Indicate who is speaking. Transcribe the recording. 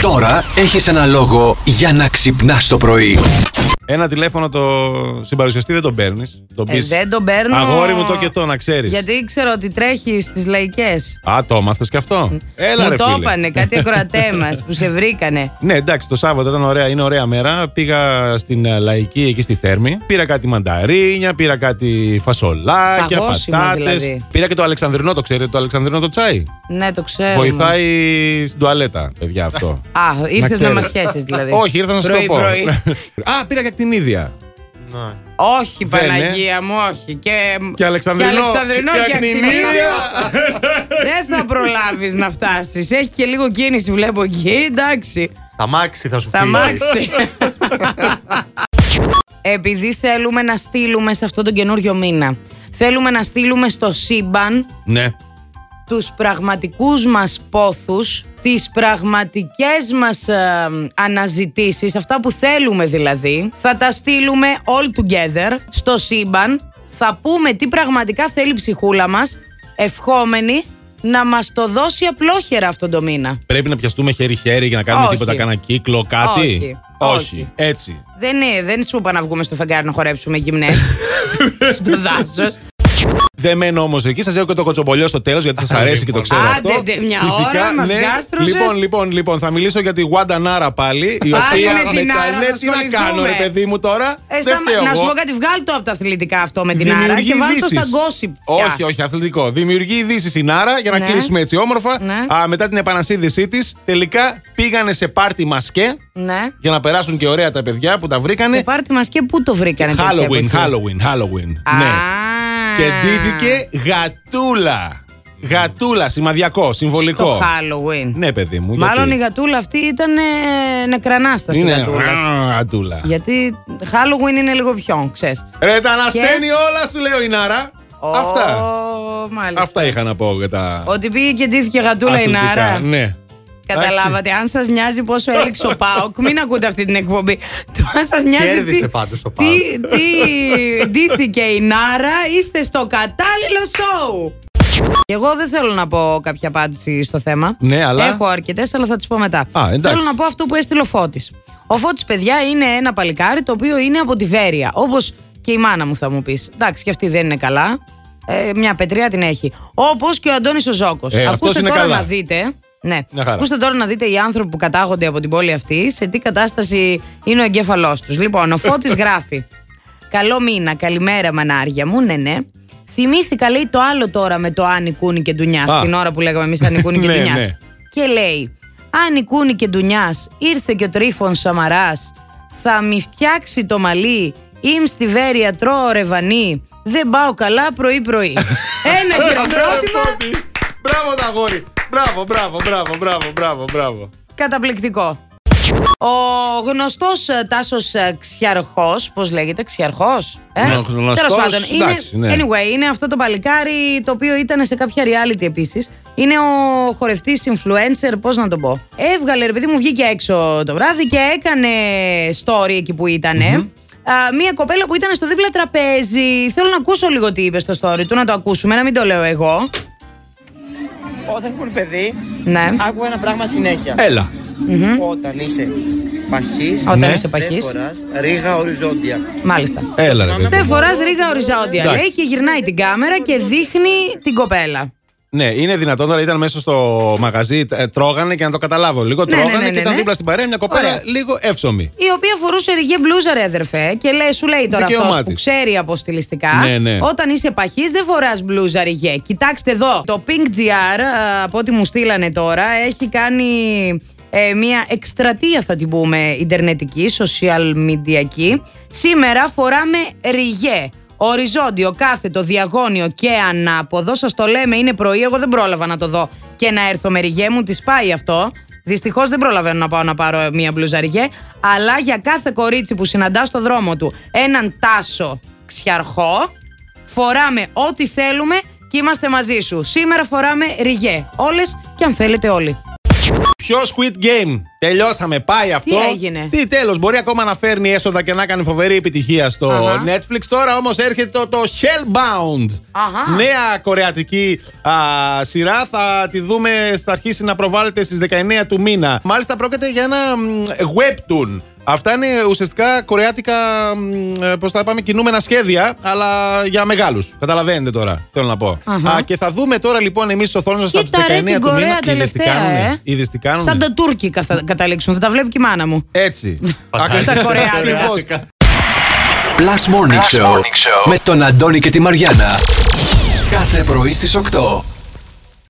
Speaker 1: Τώρα έχεις ένα λόγο για να ξυπνάς το πρωί.
Speaker 2: Ένα τηλέφωνο το συμπαρουσιαστή δεν τον παίρνεις. Τον
Speaker 3: Ε,
Speaker 2: πεις,
Speaker 3: δεν τον παίρνω.
Speaker 2: Αγόρι μου το και το, να ξέρεις.
Speaker 3: Γιατί ξέρω ότι τρέχει στις λαϊκές.
Speaker 2: Α, το μάθε και αυτό. Έλα,
Speaker 3: Μου
Speaker 2: ρε,
Speaker 3: το
Speaker 2: φίλε.
Speaker 3: έπανε κάτι ακροατές μας που σε βρήκανε.
Speaker 2: Ναι, εντάξει, το Σάββατο ήταν ωραία, είναι ωραία μέρα. Πήγα στην ε, Λαϊκή εκεί στη Θέρμη. Πήρα κάτι μανταρίνια, πήρα κάτι φασολάκια,
Speaker 3: Φαγόσιμο,
Speaker 2: πατάτες.
Speaker 3: δηλαδή.
Speaker 2: Πήρα και το Αλεξανδρινό, το ξέρετε, το Αλεξανδρινό το τσάι.
Speaker 3: Ναι, το ξέρω.
Speaker 2: Βοηθάει στην τουαλέτα, παιδιά, αυτό.
Speaker 3: Α, ήρθες να,
Speaker 2: ξέρετε.
Speaker 3: μα χέσεις δηλαδή.
Speaker 2: Όχι, ήρθα να σας το πω. Ναι.
Speaker 3: Πρωί-πρωί.
Speaker 2: Α, πήρα και την ίδια.
Speaker 4: Να.
Speaker 3: όχι,
Speaker 2: Δεν, ε.
Speaker 3: Παναγία μου, όχι. Και,
Speaker 2: Και Αλεξανδρινό.
Speaker 3: Και Αλεξανδρινό
Speaker 2: Και
Speaker 3: και
Speaker 2: Ακτινίδια.
Speaker 3: Ακτινίδια. Δεν θα προλάβεις να φτάσεις. Έχει και λίγο κίνηση, βλέπω εκεί. Εντάξει.
Speaker 4: Στα μάξι θα σου
Speaker 3: Τα
Speaker 4: φύγει.
Speaker 3: μάξι. Επειδή θέλουμε να στείλουμε σε αυτόν τον καινούριο μήνα, θέλουμε να στείλουμε στο σύμπαν
Speaker 2: Ναι.
Speaker 3: τους πραγματικούς μας πόθους, τις πραγματικές μας ε, αναζητήσεις, αυτά που θέλουμε δηλαδή, θα τα στείλουμε all together στο σύμπαν, θα πούμε τι πραγματικά θέλει η ψυχούλα μας, ευχόμενοι να μας το δώσει απλόχερα αυτόν τον μήνα.
Speaker 2: Πρέπει να πιαστούμε χέρι-χέρι για να κάνουμε
Speaker 3: Όχι.
Speaker 2: τίποτα, κάνα κύκλο, κάτι.
Speaker 3: Όχι. Όχι.
Speaker 2: Έτσι.
Speaker 3: Δεν, είναι, δεν σου είπα να βγούμε στο φεγγάρι να χορέψουμε γυμνές. στο δάσος.
Speaker 2: Δεν μένω όμως εκεί. Σας έχω και το κοτσομπολιό στο τέλος γιατί σας αρέσει και το ξέρω.
Speaker 3: λοιπόν. Άντε,
Speaker 2: αυτό.
Speaker 3: τε, μια ώρα μας γάστρωσες.
Speaker 2: Λοιπόν, λοιπόν, λοιπόν, θα μιλήσω για τη Γουαντανάρα πάλι. Η
Speaker 3: Πάλι
Speaker 2: οποία
Speaker 3: με την
Speaker 2: μετά-
Speaker 3: άρα
Speaker 2: ναι,
Speaker 3: θα
Speaker 2: τι να κάνω,
Speaker 3: ασχοληθούμε.
Speaker 2: ρε παιδί μου τώρα.
Speaker 3: Ε,
Speaker 2: δεν
Speaker 3: σταμα-
Speaker 2: φταίω
Speaker 3: να σου
Speaker 2: εγώ.
Speaker 3: πω κάτι, βγάλ το από τα αθλητικά αυτό με την άρα
Speaker 2: Δημιουργεί
Speaker 3: και βάλ το στα
Speaker 2: ειδήσεις.
Speaker 3: gossip. πια.
Speaker 2: Όχι, όχι, αθλητικό. Δημιουργεί ειδήσεις η Νάρα για να
Speaker 3: Ναι.
Speaker 2: κλείσουμε έτσι όμορφα.
Speaker 3: Ναι.
Speaker 2: Α, μετά την επανασύνδεσή της, τελικά πήγανε σε πάρτι μασκέ
Speaker 3: Ναι.
Speaker 2: για να περάσουν και ωραία τα παιδιά που τα βρήκανε.
Speaker 3: Σε πάρτι μα και πού το βρήκανε. τέτοια
Speaker 2: Halloween,
Speaker 3: εποχή.
Speaker 2: Halloween, Halloween.
Speaker 3: Α.
Speaker 2: Ναι. Και ντύθηκε γατούλα. Γατούλα, σημαδιακό, συμβολικό.
Speaker 3: Στο Halloween.
Speaker 2: Ναι, παιδί μου.
Speaker 3: Μάλλον η
Speaker 2: γιατί...
Speaker 3: γατούλα αυτή ήταν ε, νεκρανάσταση
Speaker 2: Είναι
Speaker 3: γατούλας.
Speaker 2: Α, γατούλα.
Speaker 3: Γιατί Halloween είναι λίγο πιο, ξέρεις.
Speaker 2: Ρε, τα ανασταίνει όλα, σου λέει ο Ινάρα. Αυτά.
Speaker 3: Ω, μάλιστα.
Speaker 2: Αυτά είχα να πω για τα.
Speaker 3: Ότι πήγε και ντύθηκε γατούλα η
Speaker 2: αθλητικά.
Speaker 3: Νάρα.
Speaker 2: Ναι.
Speaker 3: Καταλάβατε, αν σας νοιάζει πόσο έλειξε ο Πάοκ, μην ακούτε αυτή την εκπομπή. Το αν σας νοιάζει.
Speaker 4: Κέρδισε
Speaker 3: τι-
Speaker 4: πάντως ο
Speaker 3: τι- Τι ντύθηκε η Νάρα, είστε στο κατάλληλο σοου. Και εγώ δεν θέλω να πω κάποια απάντηση στο θέμα.
Speaker 2: Ναι, αλλά-
Speaker 3: Έχω αρκετές, αλλά θα τις πω μετά.
Speaker 2: Α, εντάξει.
Speaker 3: θέλω να πω αυτό που έστειλε ο Φώτης. Ο Φώτης, παιδιά, είναι ένα παλικάρι το οποίο είναι από τη Βέρεια. Όπως και η μάνα μου θα μου πεις. Εντάξει, και αυτή δεν είναι καλά. Ε, μια πετριά την έχει. Όπως και ο Αντώνης ο Ζώκος.
Speaker 2: Ε, αυτός
Speaker 3: Ακούστε
Speaker 2: είναι
Speaker 3: τώρα
Speaker 2: καλά.
Speaker 3: να δείτε. Ναι.
Speaker 2: Μια χαρά.
Speaker 3: Ακούστε τώρα να δείτε οι άνθρωποι που κατάγονται από την πόλη αυτή σε τι κατάσταση είναι ο εγκέφαλός τους. Λοιπόν, ο Φώτης γράφει. Καλό μήνα, καλημέρα μανάρια μου, ναι, ναι. Θυμήθηκα, λέει, το άλλο τώρα με το Άνι Κούνη και Ντουνιάς.
Speaker 2: Α.
Speaker 3: Την ώρα που λέγαμε εμείς Άνι Κούνη και
Speaker 2: Ναι,
Speaker 3: Ντουνιάς.
Speaker 2: ναι.
Speaker 3: Και λέει, Άνι Κούνη και Ντουνιάς, ήρθε και ο Τρίφων Σαμαράς, θα μη φτιάξει το μαλλί, είμαι στη Βέρεια, τρώω ρεβανί. Δεν πάω καλά πρωί-πρωί. Ένα χειροκρότημα.
Speaker 2: Ε, Μπράβο τα αγόρι. Μπράβο, μπράβο, μπράβο, μπράβο, μπράβο, μπράβο.
Speaker 3: Καταπληκτικό. Ο ε, γνωστό Τάσο Ξιαρχός, πώς λέγεται, Ξιαρχός. Ε?
Speaker 2: Ναι, ο γνωστός,
Speaker 3: Τέλος πάντων, είναι,
Speaker 2: εντάξει, ναι.
Speaker 3: Anyway, είναι αυτό το παλικάρι το οποίο ήταν σε κάποια reality επίσης. Είναι ο χορευτής influencer, πώς να τον πω. Έβγαλε, ρε παιδί μου, βγήκε έξω το βράδυ και έκανε story εκεί που ηταν μία κοπέλα που ήταν στο δίπλα τραπέζι. Θέλω να ακούσω λίγο τι είπε στο story του, να το ακούσουμε, να μην το λέω εγώ.
Speaker 5: Όταν ήμουν παιδί,
Speaker 3: Ναι.
Speaker 5: άκουγα ένα πράγμα συνέχεια.
Speaker 2: Έλα.
Speaker 5: Όταν είσαι παχή,
Speaker 3: Όταν
Speaker 2: Ναι.
Speaker 3: είσαι παχή.
Speaker 5: δεν φοράς ρίγα οριζόντια.
Speaker 3: Μάλιστα.
Speaker 2: Έλα, ρε παιδί.
Speaker 3: Δεν
Speaker 2: μου.
Speaker 3: φοράς ρίγα οριζόντια,
Speaker 2: Εντάξει.
Speaker 3: λέει, και γυρνάει την κάμερα και δείχνει την κοπέλα.
Speaker 2: Ναι, είναι δυνατόν τώρα. Ήταν μέσα στο μαγαζί, ε, τρώγανε και να το καταλάβω. Λίγο
Speaker 3: Ναι, ναι,
Speaker 2: τρώγανε
Speaker 3: ναι, ναι,
Speaker 2: και ήταν
Speaker 3: ναι.
Speaker 2: δίπλα στην παρέα μια κοπέλα
Speaker 3: Ωραία.
Speaker 2: λίγο εύσωμη.
Speaker 3: Η οποία φορούσε ρηγέ μπλούζα, ρε αδερφέ, και λέει, σου λέει τώρα
Speaker 2: Δικαίωμά
Speaker 3: αυτό που
Speaker 2: της.
Speaker 3: ξέρει από στιλιστικά.
Speaker 2: Ναι, ναι.
Speaker 3: Όταν είσαι παχή, δεν φοράς μπλούζα ρηγέ. Κοιτάξτε εδώ. Το Pink GR, α, από ό,τι μου στείλανε τώρα, έχει κάνει ε, μια εκστρατεία, θα την πούμε, ιντερνετική, social media. Σήμερα φοράμε ρηγέ. Οριζόντιο, κάθετο, διαγώνιο και ανάποδο. Σας το λέμε, είναι πρωί. Εγώ δεν πρόλαβα να το δω και να έρθω με ρηγέ μου. Τη πάει αυτό. Δυστυχώς δεν προλαβαίνω να πάω να πάρω μία μπλουζαριέ. Αλλά για κάθε κορίτσι που συναντά στο δρόμο του έναν τάσο ξιαρχό, φοράμε ό,τι θέλουμε και είμαστε μαζί σου. Σήμερα φοράμε ριγέ. Όλες και αν θέλετε όλοι.
Speaker 2: Ποιο Squid Game. Τελειώσαμε. Πάει αυτό.
Speaker 3: έγινε?
Speaker 2: Τι τέλος. Μπορεί ακόμα να φέρνει έσοδα και να κάνει φοβερή επιτυχία στο
Speaker 3: Αχα.
Speaker 2: Netflix. Τώρα όμως έρχεται το, το Hellbound.
Speaker 3: Αχα.
Speaker 2: Νέα κορεατική α, σειρά. Θα τη δούμε. Θα αρχίσει να προβάλλεται στις 19 του μήνα. Μάλιστα πρόκειται για ένα μ, webtoon. Αυτά είναι ουσιαστικά κορεάτικα, πώ θα πάμε, κινούμενα σχέδια, αλλά για μεγάλους. Καταλαβαίνετε τώρα, θέλω να πω.
Speaker 3: Αχα.
Speaker 2: Α, και θα δούμε τώρα λοιπόν εμείς στο οθόνε σας από τις
Speaker 3: Κοίτα, ρε,
Speaker 2: 19
Speaker 3: την
Speaker 2: του
Speaker 3: Κορέα
Speaker 2: μήνα. Είδες τι
Speaker 3: τελευταία,
Speaker 2: κάνουνε?
Speaker 3: ε.
Speaker 2: Είδες τι κάνουνε?
Speaker 3: Σαν τα Τούρκοι καθα- καταλήξουν. Θα τα βλέπει και η μάνα μου.
Speaker 2: Έτσι.
Speaker 3: Πατάει.
Speaker 2: Ακριβώς.
Speaker 3: Στα κορεάτικα.
Speaker 2: Ακριβώς.
Speaker 1: Plus Morning, Show, με τον Αντώνη και τη Μαριάνα. Κάθε πρωί στις 8.